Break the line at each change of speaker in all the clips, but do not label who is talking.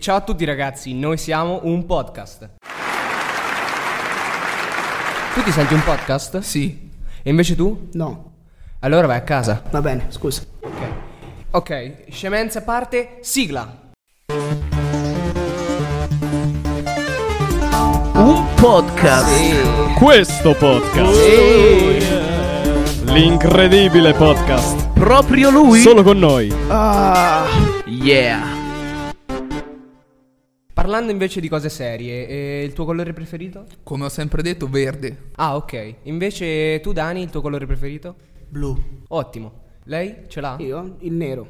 Ciao a tutti ragazzi, noi siamo un podcast. Tu ti senti un podcast?
Sì.
E invece tu?
No,
Allora vai a casa.
va bene, scusa.
Ok. Ok, scemenze a parte, sigla.
Un podcast.
Questo podcast. L'incredibile podcast.
Proprio lui.
Solo con noi.
Ah, yeah.
Parlando invece di cose serie, eh, il tuo colore preferito?
Come ho sempre detto, verde.
Ah, ok. Invece tu Dani, il tuo colore preferito?
Blu.
Ottimo. Lei ce l'ha?
Io? Il nero.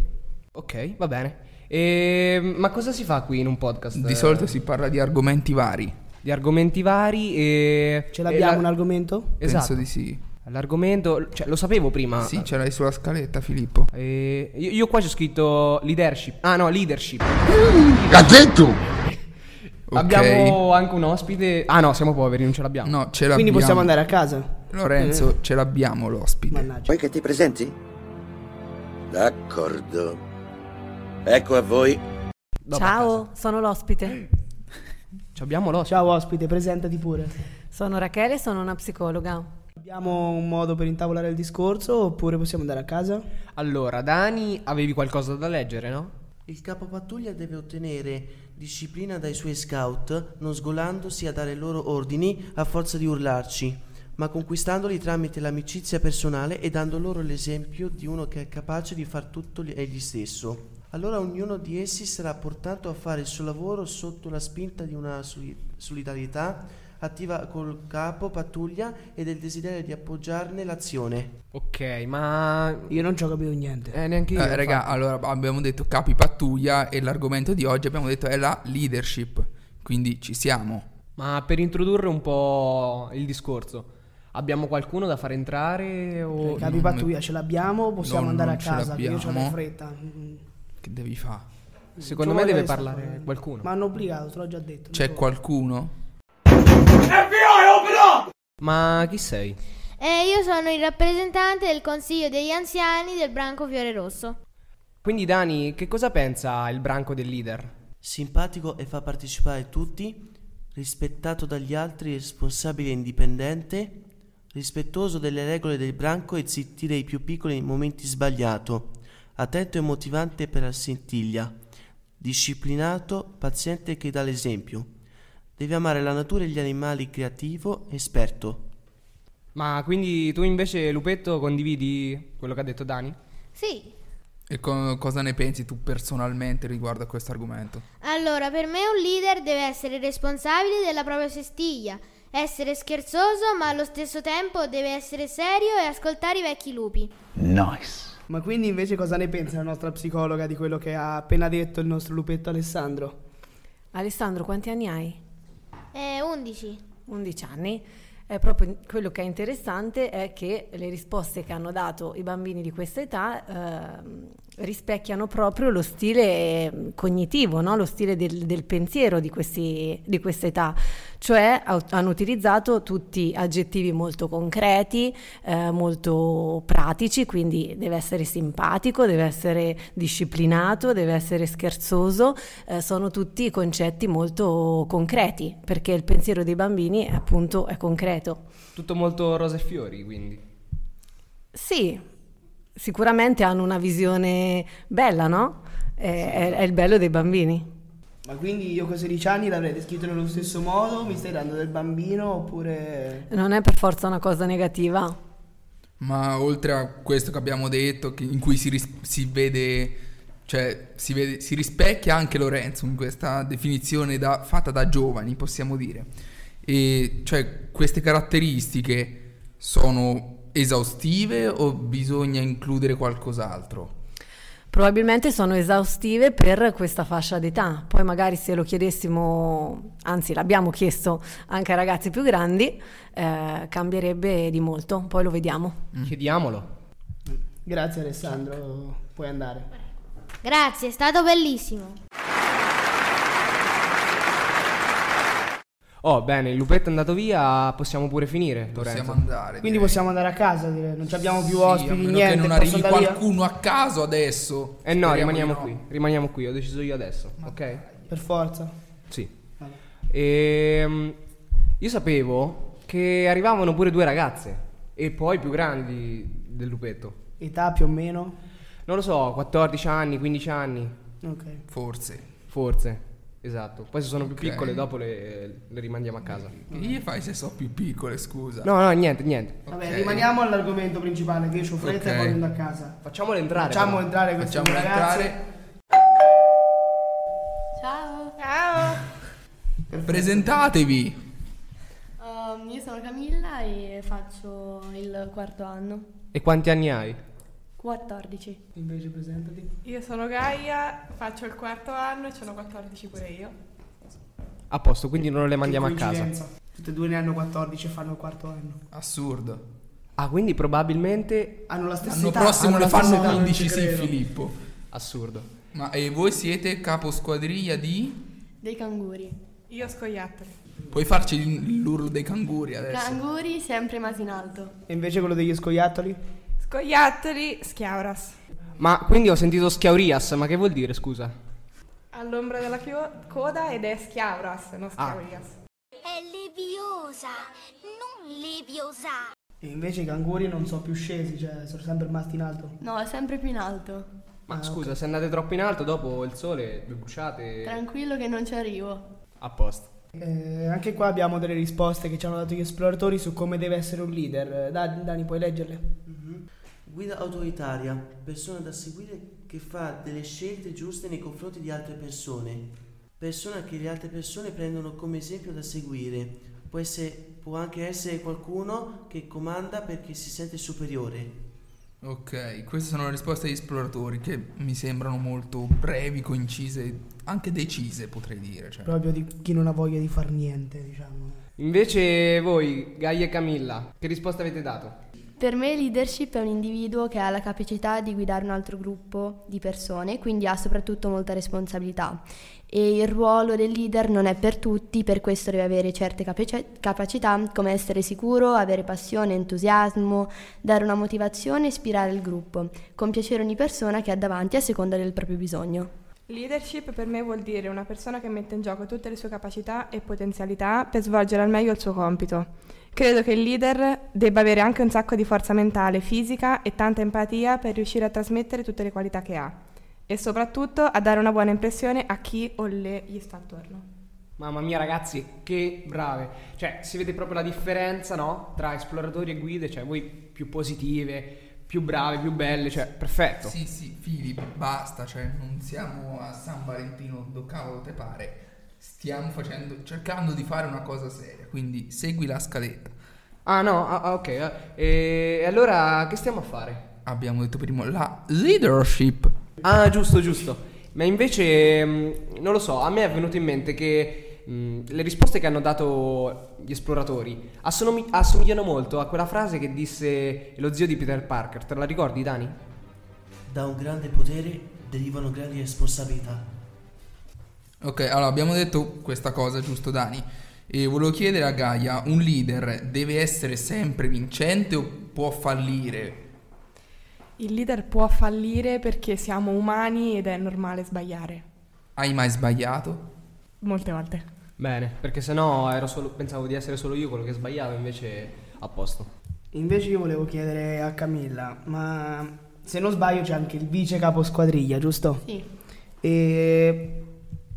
Ok, va bene. Ehm, ma cosa si fa qui in un podcast?
Di solito si parla di argomenti vari.
Di argomenti vari e...
Ce l'abbiamo
e la-
un argomento?
Esatto.
Penso di sì.
L'argomento, cioè lo sapevo prima.
Sì, ce l'hai sulla scaletta, Filippo.
Eh, io, io qua c'ho scritto leadership. Ah no, leadership.
Ok.
Abbiamo anche un ospite. Ah no, siamo poveri, non ce l'abbiamo.
No, ce l'abbiamo.
Quindi possiamo andare a casa? Eh.
Lorenzo, ce l'abbiamo l'ospite.
Mannaggia.
Vuoi che ti presenti? D'accordo. Ecco a voi
Dopo a casa.
Ciao, sono l'ospite.
Ci abbiamo l'ospite.
Ciao ospite, presentati pure.
Sono Rachele, sono una psicologa.
Abbiamo un modo per intavolare il discorso oppure possiamo andare a casa?
Allora, Dani, avevi qualcosa da leggere, no?
Il capopattuglia deve ottenere disciplina dai suoi scout, non sgolandosi a dare loro ordini a forza di urlarci, ma conquistandoli tramite l'amicizia personale e dando loro l'esempio di uno che è capace di far tutto gli- egli stesso. Allora ognuno di essi sarà portato a fare il suo lavoro sotto la spinta di una soli- solidarietà attiva col capo pattuglia e del desiderio di appoggiarne l'azione.
Ok, ma.
Io non ci ho capito niente.
Eh, neanche io.
Eh, raga, allora abbiamo detto capi pattuglia e l'argomento di oggi abbiamo detto è la leadership. Quindi ci siamo.
Ma per introdurre un po' il discorso, abbiamo qualcuno da far entrare? O...
Capi pattuglia Eh, ce l'abbiamo, possiamo
No,
andare a
non ce
casa, che io ce l'ho
l'abbiamo.
in fretta. Mm.
Che devi fare?
Secondo
Ci vuole
me
eh.
deve
questa
parlare
cosa.
qualcuno.
Mi hanno obbligato, te l'ho già detto.
C'è
Non so.
qualcuno?
Ma chi sei?
Eh, io sono il rappresentante del Consiglio degli Anziani del Branco Fiore Rosso.
Quindi, Dani, che cosa pensa il branco del leader?
Simpatico e fa partecipare tutti, rispettato dagli altri, responsabile e indipendente, rispettoso delle regole del branco e zittire i più piccoli nei momenti sbagliato, attento e motivante per la sentiglia, disciplinato, paziente che dà l'esempio. Deve amare la natura e gli animali, creativo, esperto.
Ma quindi tu invece, Lupetto, condividi quello che ha detto Dani?
Sì.
E co- cosa ne pensi tu personalmente riguardo a questo argomento?
Allora, per me un leader deve essere responsabile della propria sestiglia, essere scherzoso ma allo stesso tempo deve essere serio e ascoltare i vecchi lupi.
Ma quindi invece cosa ne pensa la nostra psicologa di quello che ha appena detto il nostro lupetto Alessandro?
Alessandro, quanti anni hai?
Eh, 11.
11 anni. È proprio quello che è interessante è che le risposte che hanno dato i bambini di questa età ehm, rispecchiano proprio lo stile eh, cognitivo, no? lo stile del, del pensiero di, questi- di questa età. Cioè au- hanno utilizzato tutti aggettivi molto concreti, eh, molto pratici, quindi deve essere simpatico, deve essere disciplinato, deve essere scherzoso, eh, sono tutti concetti molto concreti, perché il pensiero dei bambini appunto è concreto.
Tutto molto rose e fiori, quindi.
Sì, sicuramente hanno una visione bella, no? Eh, è, è il bello dei bambini.
Ma quindi io con 16 anni l'avrei descritto nello stesso modo? Mi stai dando del bambino oppure...
Non è per forza una cosa negativa.
Ma oltre a questo che abbiamo detto, che- in cui si, ris- si vede, cioè si, vede- si rispecchia anche Lorenzo in questa definizione da- fatta da giovani, possiamo dire. E cioè queste caratteristiche sono esaustive o bisogna includere qualcos'altro?
Probabilmente sono esaustive per questa fascia d'età, poi magari se lo chiedessimo, anzi l'abbiamo chiesto anche ai ragazzi più grandi, eh, cambierebbe di molto, poi lo vediamo.
Mm. Chiediamolo.
Grazie Alessandro, puoi andare.
Grazie, è stato bellissimo.
Oh, bene, il lupetto è andato via, possiamo pure finire.
Possiamo
Lorenzo.
andare.
Quindi
direi.
possiamo andare a casa, direi. non ci abbiamo più
Sì, a
ospiti,
meno
niente.
Che non
posso
arrivi
andare via?
qualcuno a caso adesso.
Eh no,
Speriamo di
rimaniamo
no.
qui. Rimaniamo qui, ho deciso io adesso, ok?
per forza.
Sì.
Vabbè.
Ehm, io sapevo che arrivavano pure due ragazze e poi più grandi del lupetto.
Età più o meno?
Non lo so, 14 anni, 15 anni,
Ok.
Forse.
forse. Esatto. Poi se sono più
Ok.
piccole dopo le, le rimandiamo a casa.
Che gli fai se so più piccole, scusa?
No, no, niente, niente.
Vabbè,
Ok.
rimaniamo all'argomento principale che io ho fretta
Ok.
e poi vengo a casa.
Facciamole entrare.
Facciamo
però.
entrare questi
Facciamo
due ragazzi.
entrare.
Ciao,
Presentatevi.
Ehm, io sono Camilla e faccio il quarto anno.
E quanti anni hai?
14.
Invece presentati.
Io sono Gaia, faccio il quarto anno e sono 14 pure io.
A posto, quindi non le mandiamo a
Che
casa.
coincidenza. Tutte e due ne hanno 14 e fanno il quarto anno.
Assurdo.
Ah, quindi probabilmente
Hanno la stessa
L'anno
età.
prossimo
hanno
ne
la stessa
fanno
età, non ci
15, sì,
credo.
Filippo.
assurdo.
Ma e voi siete caposquadriglia di...
Dei canguri.
Io scoiattoli.
Puoi farci il- l'urlo dei canguri adesso?
Canguri sempre masi in alto.
E invece quello degli scoiattoli?
Scoiattoli, schiauras.
Ma quindi ho sentito schiaurias, ma che vuol dire, scusa?
Ah,
All'ombra della chio- coda ed è schiauras, non schiaurias.
È leviosa, non leviosa.
E invece i canguri non sono più scesi, cioè sono sempre rimasti in alto.
No, sempre più in alto.
Ma scusa, se andate troppo in alto, dopo il sole vi bruciate
Tranquillo che non ci arrivo.
a posto.
Eh, anche qua abbiamo delle risposte che ci hanno dato gli esploratori su come deve essere un leader. Eh, Dani, Dani, puoi leggerle?
Guida autoritaria, persona da seguire che fa delle scelte giuste nei confronti di altre persone. Persona che le altre persone prendono come esempio da seguire. Può, essere- può anche essere qualcuno che comanda perché si sente superiore.
Ok, queste sono le risposte agli esploratori che mi sembrano molto brevi, concise, anche decise potrei dire. Cioè.
Proprio di chi non ha voglia di far niente, diciamo.
Invece voi, Gaia e Camilla, che risposta avete dato?
Per me leadership è un individuo che ha la capacità di guidare un altro gruppo di persone, quindi ha soprattutto molta responsabilità. E il ruolo del leader non è per tutti, per questo deve avere certe capaci- capacità come essere sicuro, avere passione, entusiasmo, dare una motivazione e ispirare il gruppo, compiacere ogni persona che ha davanti a seconda del proprio bisogno.
Leadership per me vuol dire una persona che mette in gioco tutte le sue capacità e potenzialità per svolgere al meglio il suo compito. Credo che il leader debba avere anche un sacco di forza mentale, fisica e tanta empatia per riuscire a trasmettere tutte le qualità che ha e soprattutto a dare una buona impressione a chi o le gli sta attorno.
Mamma mia ragazzi, che brave. Cioè, si vede proprio la differenza, no? Tra esploratori e guide, cioè voi più positive, più brave, più belle, cioè, perfetto.
Sì, sì, figli, basta, cioè non siamo a San Valentino, do cavolo te pare. Stiamo facendo, cercando di fare una cosa seria, quindi segui la scaletta.
Ah no, ah, ah, ok. eh. E allora che stiamo a fare?
Abbiamo detto prima la leadership.
Ah, giusto, giusto. Ma invece, mh, non lo so, a me è venuto in mente che mh, le risposte che hanno dato gli esploratori assonomi- assomigliano molto a quella frase che disse lo zio di Peter Parker. Te la ricordi, Dani?
Da un grande potere derivano grandi responsabilità.
Ok, allora abbiamo detto questa cosa, giusto Dani? E volevo chiedere a Gaia, un leader deve essere sempre vincente o può fallire?
Il leader può fallire perché siamo umani ed è normale sbagliare.
Hai mai sbagliato?
Molte volte.
Bene, perché sennò ero solo, pensavo di essere solo io quello che sbagliavo, invece a posto.
Invece io volevo chiedere a Camilla, ma se non sbaglio c'è anche il vice capo squadriglia, giusto?
Sì.
E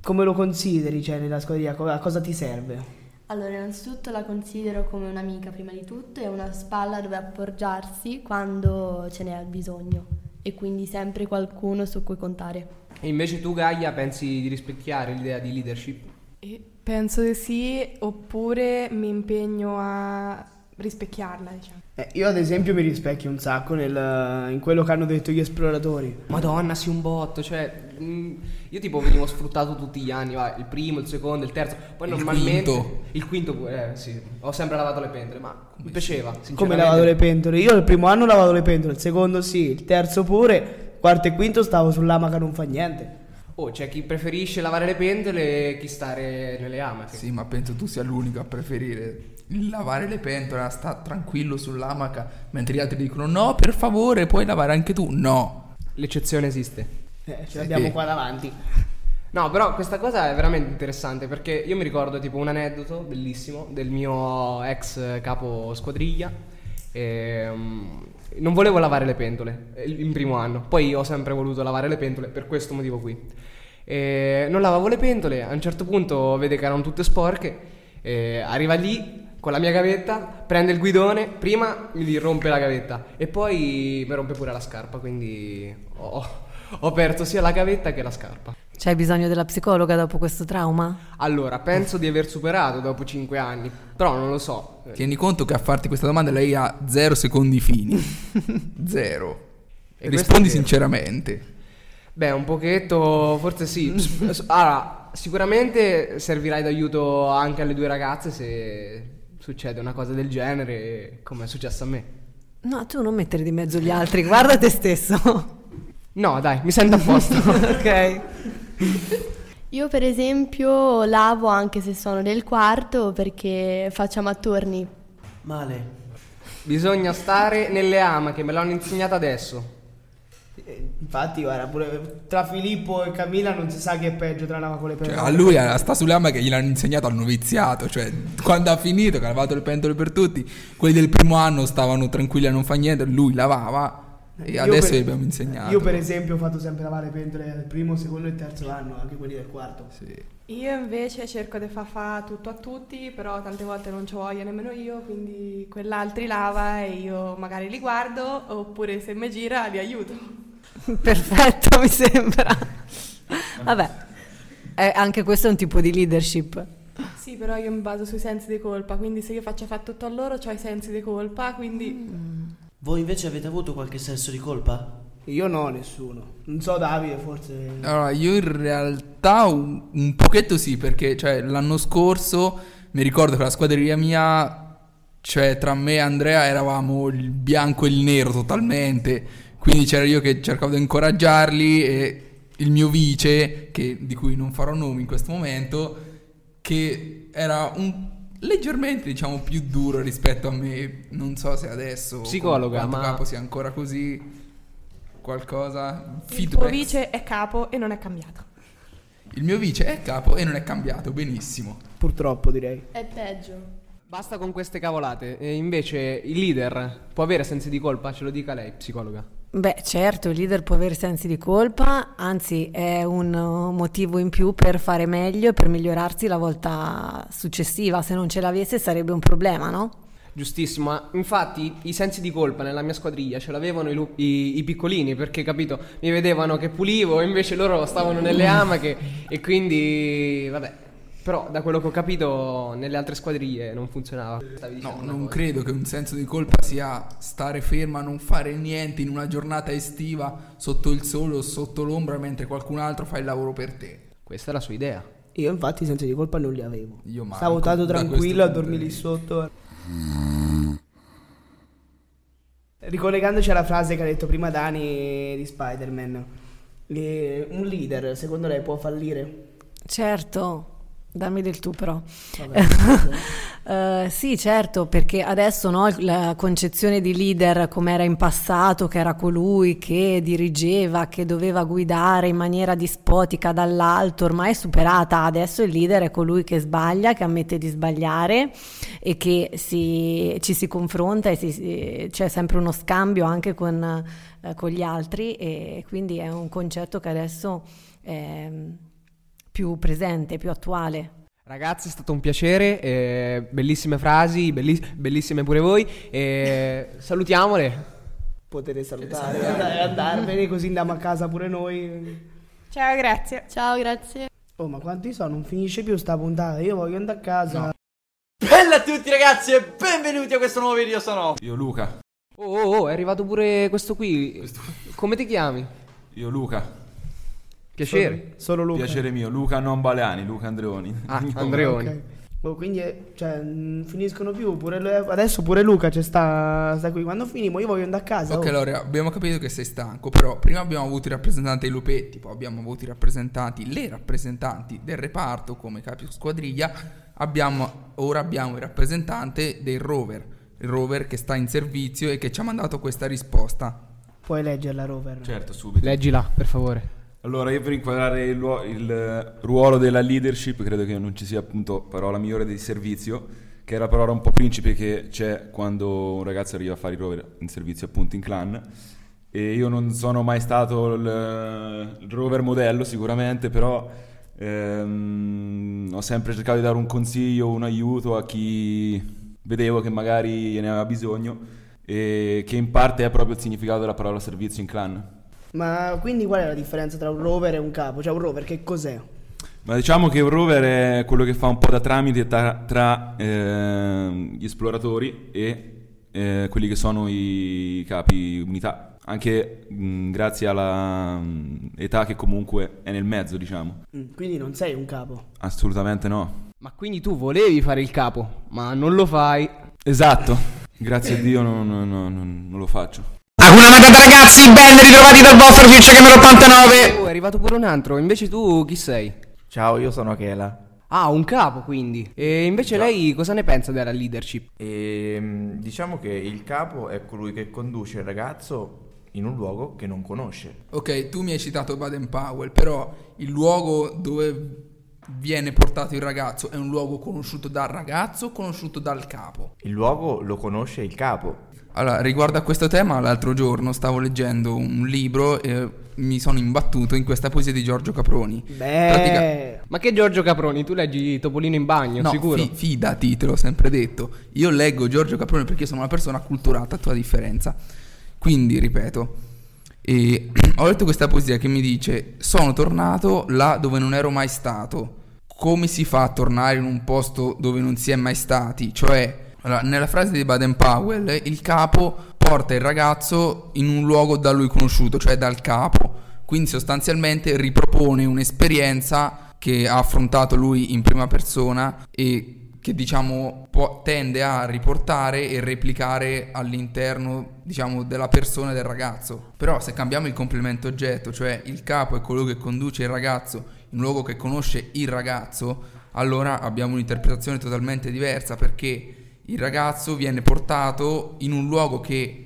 come lo consideri, cioè, nella squadriglia? Co- A cosa ti serve?
Allora, innanzitutto la considero come un'amica prima di tutto e una spalla dove appoggiarsi quando ce n'è bisogno e quindi sempre qualcuno su cui contare.
E invece tu, Gaia, pensi di rispecchiare l'idea di leadership?
E penso di sì, oppure mi impegno a rispecchiarla, diciamo.
Eh, io ad esempio mi rispecchio un sacco nel- in quello che hanno detto gli esploratori.
Madonna, sì, un botto. Cioè, mh, io tipo venivo sfruttato tutti gli anni, va, il primo, il secondo, il terzo. Poi
Il
normalmente.
quinto.
Il quinto pure, eh, sì. Ho sempre lavato le pentole, ma mi piaceva.
Come
sinceramente.
lavavo le pentole? Io il primo anno lavavo le pentole, il secondo sì, il terzo pure, quarto e quinto stavo sull'amaca non fa niente.
Oh, c'è chi preferisce lavare le pentole e chi stare nelle amache.
Sì, ma penso tu sia l'unico a preferire il lavare le pentole, a sta tranquillo sull'amaca, mentre gli altri dicono no, per favore, puoi lavare anche tu. No.
L'eccezione esiste.
Eh, ce
Sì.
l'abbiamo qua davanti.
No, però questa cosa è veramente interessante perché io mi ricordo tipo un aneddoto bellissimo del mio ex capo squadriglia. Ehm, non volevo lavare le pentole eh, in primo anno, poi ho sempre voluto lavare le pentole per questo motivo qui. E non lavavo le pentole, a un certo punto vede che erano tutte sporche, e arriva lì con la mia gavetta, prende il guidone, prima mi rompe la gavetta e poi mi rompe pure la scarpa, quindi ho, ho perso sia la gavetta che la scarpa.
C'hai bisogno della psicologa dopo questo trauma?
Allora, penso di aver superato dopo 5 anni, però non lo so.
Tieni conto che a farti questa domanda lei ha zero secondi fini. zero.
E questo è
Rispondi
vero.
sinceramente.
Beh, un pochetto, forse sì. S- s- Allora, sicuramente servirai d'aiuto anche alle due ragazze se succede una cosa del genere, come è successo a me.
No, tu non mettere di mezzo gli altri, guarda te stesso.
No, dai, mi sento a posto.
ok.
Io per esempio lavo anche se sono del quarto perché facciamo a turni.
Male.
Bisogna stare nelle ama, che me l'hanno insegnato adesso.
Eh, Infatti, guarda, pure tra Filippo e Camilla non si sa che è peggio tra lavaco le
Cioè,
pentole.
a lui alla- sta sull'ama che gliel'hanno insegnato al noviziato. Cioè, quando ha finito, che ha lavato le pentole per tutti, quelli del primo anno stavano tranquilli a non fare niente, lui lavava e
Io
adesso
per-
gli abbiamo insegnato.
Io, per esempio, ho fatto sempre lavare le pentole al primo, secondo e terzo anno, anche quelli del quarto.
Sì.
Io invece cerco di far fare tutto a tutti, però tante volte non ci voglio nemmeno io, quindi quell'altri lava e io magari li guardo, oppure se mi gira li aiuto.
Perfetto, mi sembra. Vabbè, eh, anche questo è un tipo di leadership.
Sì, però io mi baso sui sensi di colpa, quindi se io faccio fare tutto a loro, ho i sensi di colpa, quindi...
Voi invece avete avuto qualche senso di colpa?
Io no, nessuno. Non so, Davide, forse.
Allora, io in realtà un, un pochetto sì, perché cioè, l'anno scorso mi ricordo che la squadriglia mia, cioè tra me e Andrea eravamo il bianco e il nero totalmente, quindi c'era io che cercavo di incoraggiarli e il mio vice, che- di cui non farò nomi in questo momento, che era un- leggermente diciamo più duro rispetto a me, non so se adesso... con
Psicologa,
quanto
ma-
capo sia ancora così... Qualcosa...
Il tuo
feedback.
vice è capo e non è cambiato.
Il mio vice è capo e non è cambiato, benissimo.
Purtroppo, direi.
È peggio.
Basta con queste cavolate. E invece il leader può avere sensi di colpa, ce lo dica lei, psicologa.
Beh, certo, il leader può avere sensi di colpa, anzi è un eh, motivo in più per fare meglio e per migliorarsi la volta successiva. Se non ce l'avesse sarebbe un problema, no?
Giustissimo, ma infatti i sensi di colpa nella mia squadriglia ce l'avevano i, lu- i- i piccolini perché, capito, mi vedevano che pulivo e invece loro stavano nelle amache e quindi, vabbè. Però da quello che ho capito nelle altre squadriglie non funzionava. Stavi dicendo
No,
una
non
cosa.
credo che un senso di colpa sia stare ferma, non fare niente in una giornata estiva sotto il sole o sotto l'ombra mentre qualcun altro fa il lavoro per te.
Questa è la sua idea.
Io, infatti, senso di colpa non li avevo.
Io manco,
Stavo tanto
da questo
tranquillo a
punto
dormire
di
lì
vista.
sotto.
Mm.
Ricollegandoci alla frase che ha detto prima Dani di Spider-Man, eh, un leader secondo lei può fallire?
Certo, dammi del tu però.
Vabbè.
Eh, sì, certo, perché adesso no, la concezione di leader come era in passato, che era colui che dirigeva, che doveva guidare in maniera dispotica dall'alto, ormai è superata. Adesso il leader è colui che sbaglia, che ammette di sbagliare e che si- ci si confronta e si- si- c'è sempre uno scambio anche con, eh, con gli altri e quindi è un concetto che adesso è più presente, più attuale.
Ragazzi, è stato un piacere, eh, bellissime frasi, belli- bellissime pure voi. eh, salutiamole.
Potete salutare e andarvene così andiamo a casa pure noi.
Ciao, grazie.
Ciao, grazie.
Oh ma quanti sono? Non finisce più sta puntata, io voglio andare a casa.
Bella a tutti ragazzi e benvenuti a questo nuovo video sono
Io Luca,
Oh, oh, oh, è arrivato pure questo qui. Come ti chiami?
io Luca.
Piacere.
Solo Luca.
Piacere mio, Luca non Baleani, Luca Andreoni.
Ah,
Ogni-
Andreoni.
Ok. Boh, quindi eh, cioè, non finiscono più. Pure lui- adesso pure Luca c'è sta, sta qui. Quando finimo io voglio andare a casa.
Ok,
oh.
Loria, abbiamo capito che sei stanco, però prima abbiamo avuto i rappresentanti dei lupetti, poi abbiamo avuto i rappresentanti, le rappresentanti del reparto come capo squadriglia, abbiamo, ora abbiamo il rappresentante del rover, il rover che sta in servizio e che ci ha mandato questa risposta.
Puoi leggerla, Rover.
Cioè,
Certo, subito.
Leggila, per favore.
Allora, io per inquadrare il, luo- il, eh, ruolo della leadership credo che non ci sia appunto parola migliore di servizio, che è la parola un po' principe che c'è quando un ragazzo arriva a fare il rover in servizio appunto in clan. E io non sono mai stato il, il rover modello sicuramente, però ehm, ho sempre cercato di dare un consiglio, un aiuto a chi vedevo che magari ne aveva bisogno e che in parte è proprio il significato della parola servizio in clan.
Ma quindi qual è la differenza tra un rover e un capo? Cioè un rover che cos'è?
Ma diciamo che un rover è quello che fa un po' da tramite tra, tra, ehm, gli esploratori e eh, quelli che sono i capi unità. Anche mh, grazie alla mh, età che comunque è nel mezzo, diciamo.
Mm, Quindi non sei un capo.
Assolutamente no.
Ma quindi tu volevi fare il capo, ma non lo fai.
Esatto. Grazie a Dio non, non- non- non- non lo faccio.
Ragazzi, ben ritrovati dal vostro Ciccia Camera 89. Oh, è arrivato pure un altro, invece tu chi sei?
Ciao, io sono Kela.
Ah, un capo quindi. E invece lei cosa ne pensa della leadership?
E mm, diciamo che il capo è colui che conduce il ragazzo in un luogo che non conosce.
Ok, tu mi hai citato Baden Powell, però il luogo dove viene portato il ragazzo è un luogo conosciuto dal ragazzo o conosciuto dal capo?
Il luogo lo conosce il capo.
Allora, Ah, riguardo a questo tema, l'altro giorno stavo leggendo un libro e mi sono imbattuto in questa poesia di Giorgio Caproni.
Ma che Giorgio Caproni, tu leggi Topolino in bagno,
No,
sicuro?
fi- fidati, te l'ho sempre detto. Io leggo Giorgio Caproni perché sono una persona acculturata a tua differenza. Quindi, ripeto, e ho letto questa poesia che mi dice: Sono tornato là dove non ero mai stato. Come si fa a tornare in un posto dove non si è mai stati? Cioè, allora, nella frase di Baden Powell, il capo porta il ragazzo in un luogo da lui conosciuto, cioè dal capo. Quindi sostanzialmente ripropone un'esperienza che ha affrontato lui in prima persona e che diciamo può- tende a riportare e replicare all'interno diciamo della persona e del ragazzo. Però se cambiamo il complemento oggetto, cioè il capo è colui che conduce il ragazzo in un luogo che conosce il ragazzo, allora abbiamo un'interpretazione totalmente diversa perché il ragazzo viene portato in un luogo che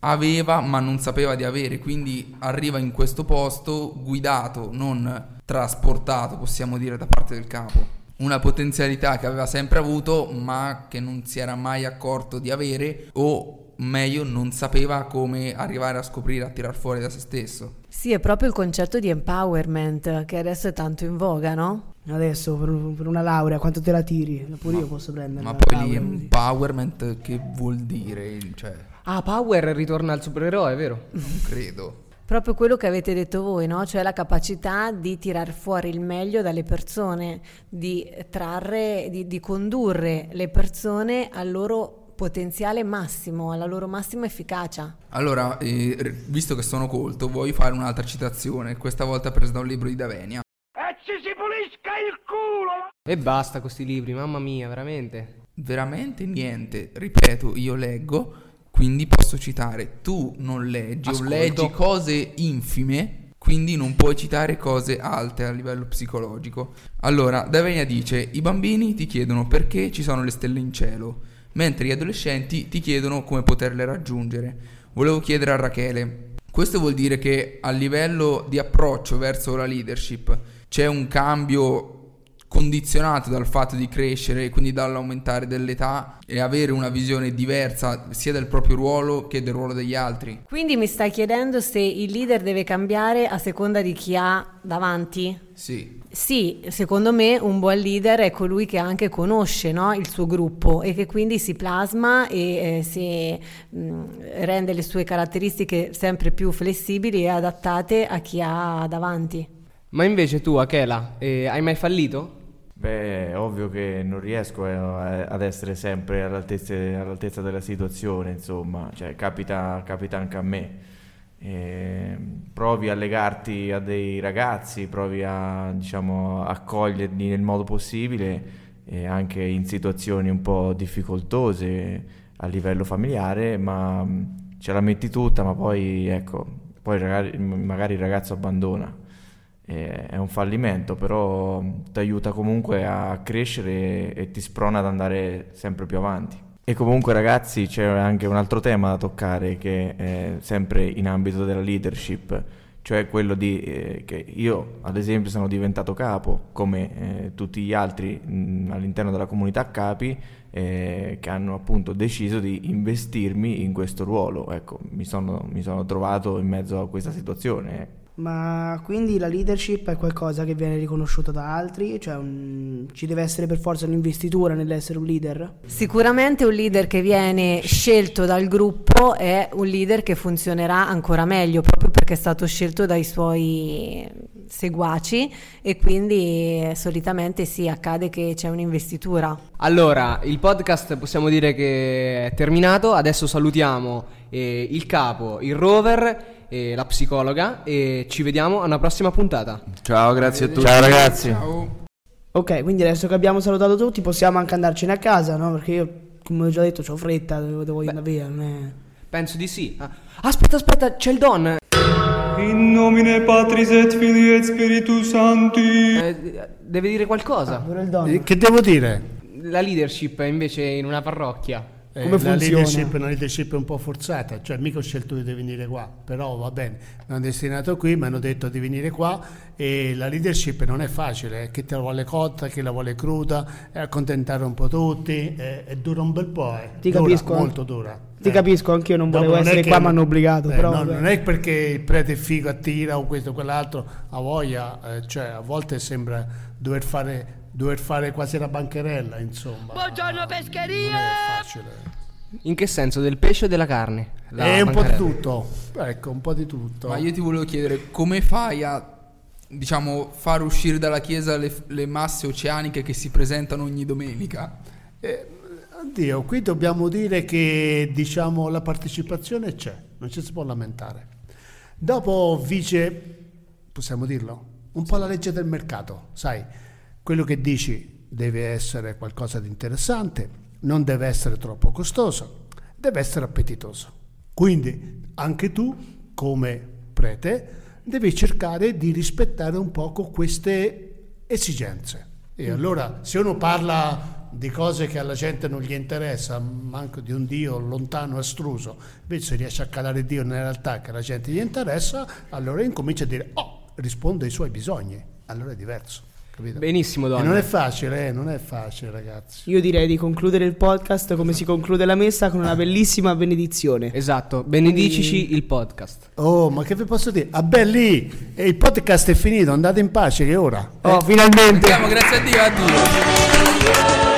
aveva ma non sapeva di avere, quindi arriva in questo posto guidato, non trasportato, possiamo dire, da parte del capo. Una potenzialità che aveva sempre avuto ma che non si era mai accorto di avere o meglio non sapeva come arrivare a scoprire, a tirar fuori da se stesso.
Sì, è proprio il concetto di empowerment che adesso è tanto in voga, no?
Adesso per, un- per una laurea quanto te la tiri? Pure io posso prendere.
Ma poi lì empowerment che vuol dire? Cioè,
Ah, Power ritorna al supereroe, vero? Non
credo.
Proprio quello che avete detto voi, no? Cioè la capacità di tirar fuori il meglio dalle persone, di trarre, di, di condurre le persone al loro potenziale massimo, alla loro massima efficacia.
Allora, eh, r- visto che sono colto, voglio fare un'altra citazione, questa volta presa da un libro di Davenia.
E ci si pulisca il culo!
E basta questi libri, mamma mia, veramente.
Veramente niente, ripeto, io leggo, quindi posso citare. Tu non leggi, o
Ascolto.
leggi cose infime, quindi non puoi citare cose alte a livello psicologico. Allora, Davenia dice, i bambini ti chiedono perché ci sono le stelle in cielo, mentre gli adolescenti ti chiedono come poterle raggiungere. Volevo chiedere a Rachele, questo vuol dire che a livello di approccio verso la leadership c'è un cambio condizionato dal fatto di crescere e quindi dall'aumentare dell'età e avere una visione diversa sia del proprio ruolo che del ruolo degli altri.
Quindi mi stai chiedendo se il leader deve cambiare a seconda di chi ha davanti?
Sì.
Sì, secondo me un buon leader è colui che anche conosce no, il suo gruppo e che quindi si plasma e eh, si mh, rende le sue caratteristiche sempre più flessibili e adattate a chi ha davanti.
Ma invece tu, Akela, eh, hai mai fallito?
Beh, è ovvio che non riesco eh, a- ad essere sempre all'altezza, all'altezza della situazione, insomma, cioè, capita, capita anche a me. E, provi a legarti a dei ragazzi, provi a, diciamo, accoglierli nel modo possibile, e anche in situazioni un po' difficoltose a livello familiare, ma mh, ce la metti tutta, ma poi, ecco, poi ragazzi- magari il ragazzo abbandona. Eh, È un fallimento, però ti aiuta comunque a crescere e ti sprona ad andare sempre più avanti. E comunque, ragazzi, c'è anche un altro tema da toccare che è sempre in ambito della leadership, cioè quello di eh, che io ad esempio sono diventato capo come eh, tutti gli altri mh, all'interno della comunità capi eh, che hanno appunto deciso di investirmi in questo ruolo, ecco, mi sono, mi sono trovato in mezzo a questa situazione.
Ma quindi la leadership è qualcosa che viene riconosciuto da altri? Cioè un- ci deve essere per forza un'investitura nell'essere un leader?
Sicuramente un leader che viene scelto dal gruppo è un leader che funzionerà ancora meglio proprio perché è stato scelto dai suoi seguaci e quindi eh, solitamente sì, accade che c'è un'investitura.
Allora, il podcast possiamo dire che è terminato. Adesso salutiamo eh, il capo, il rover, eh, la psicologa e ci vediamo alla prossima puntata.
Ciao, grazie a tutti.
Ciao, ragazzi.
Ok, quindi adesso che abbiamo salutato tutti possiamo anche andarcene a casa, no? Perché io, come ho già detto, ho fretta, devo, devo andare via. Non è...
Penso di sì. Ah, Aspetta, aspetta, c'è il Don.
In nomine Patris et Filii et Spiritus Sancti.
Eh, Deve dire qualcosa.
Eh, Che devo dire?
La leadership è invece in una parrocchia.
Eh, la leadership è una leadership un po' forzata, cioè mica ho scelto io di venire qua, però va bene, mi hanno destinato qui, mi hanno detto di venire qua e la leadership non è facile, eh, chi te la vuole cotta, chi la vuole cruda, eh, accontentare un po' tutti, eh, e dura un bel po', eh.
Ti
Dura,
capisco, eh.
molto dura.
Ti capisco, anch'io non
Dopo
volevo
non è
essere
che-
qua, ma hanno obbligato.
eh,
però
no,
vabbè.
non è perché il prete è figo attira o questo o quell'altro, ha voglia, eh, cioè a volte sembra dover fare, dover fare quasi la bancherella, insomma.
Buongiorno pescheria!
In che senso? Del pesce o della carne? La
è un po' di
bancarella.
tutto, ecco, un po' di tutto.
Ma io ti volevo chiedere come fai a diciamo far uscire dalla chiesa le, le masse oceaniche che si presentano ogni domenica?
Oddio, qui dobbiamo dire che diciamo, la partecipazione c'è, non ci si può lamentare. Dopo vice, possiamo dirlo, un po' la legge del mercato, sai, quello che dici deve essere qualcosa di interessante, non deve essere troppo costoso, deve essere appetitoso. Quindi anche tu, come prete, devi cercare di rispettare un poco queste esigenze. E allora, se uno parla di cose che alla gente non gli interessa, manco di un Dio lontano, astruso, invece se riesce a calare Dio nella realtà che alla gente gli interessa, allora incomincia a dire, oh, risponde ai suoi bisogni. Allora è diverso, capito?
Benissimo,
E
Don.
non è facile, eh, non è facile, ragazzi.
Io direi di concludere il podcast come si conclude la messa con una bellissima benedizione.
Esatto, benedicici il podcast.
Oh, ma che vi posso dire? Ah, beh, lì eh, il podcast è finito, andate in pace, che è ora.
Oh, finalmente!
Siamo grazie a Dio, addio.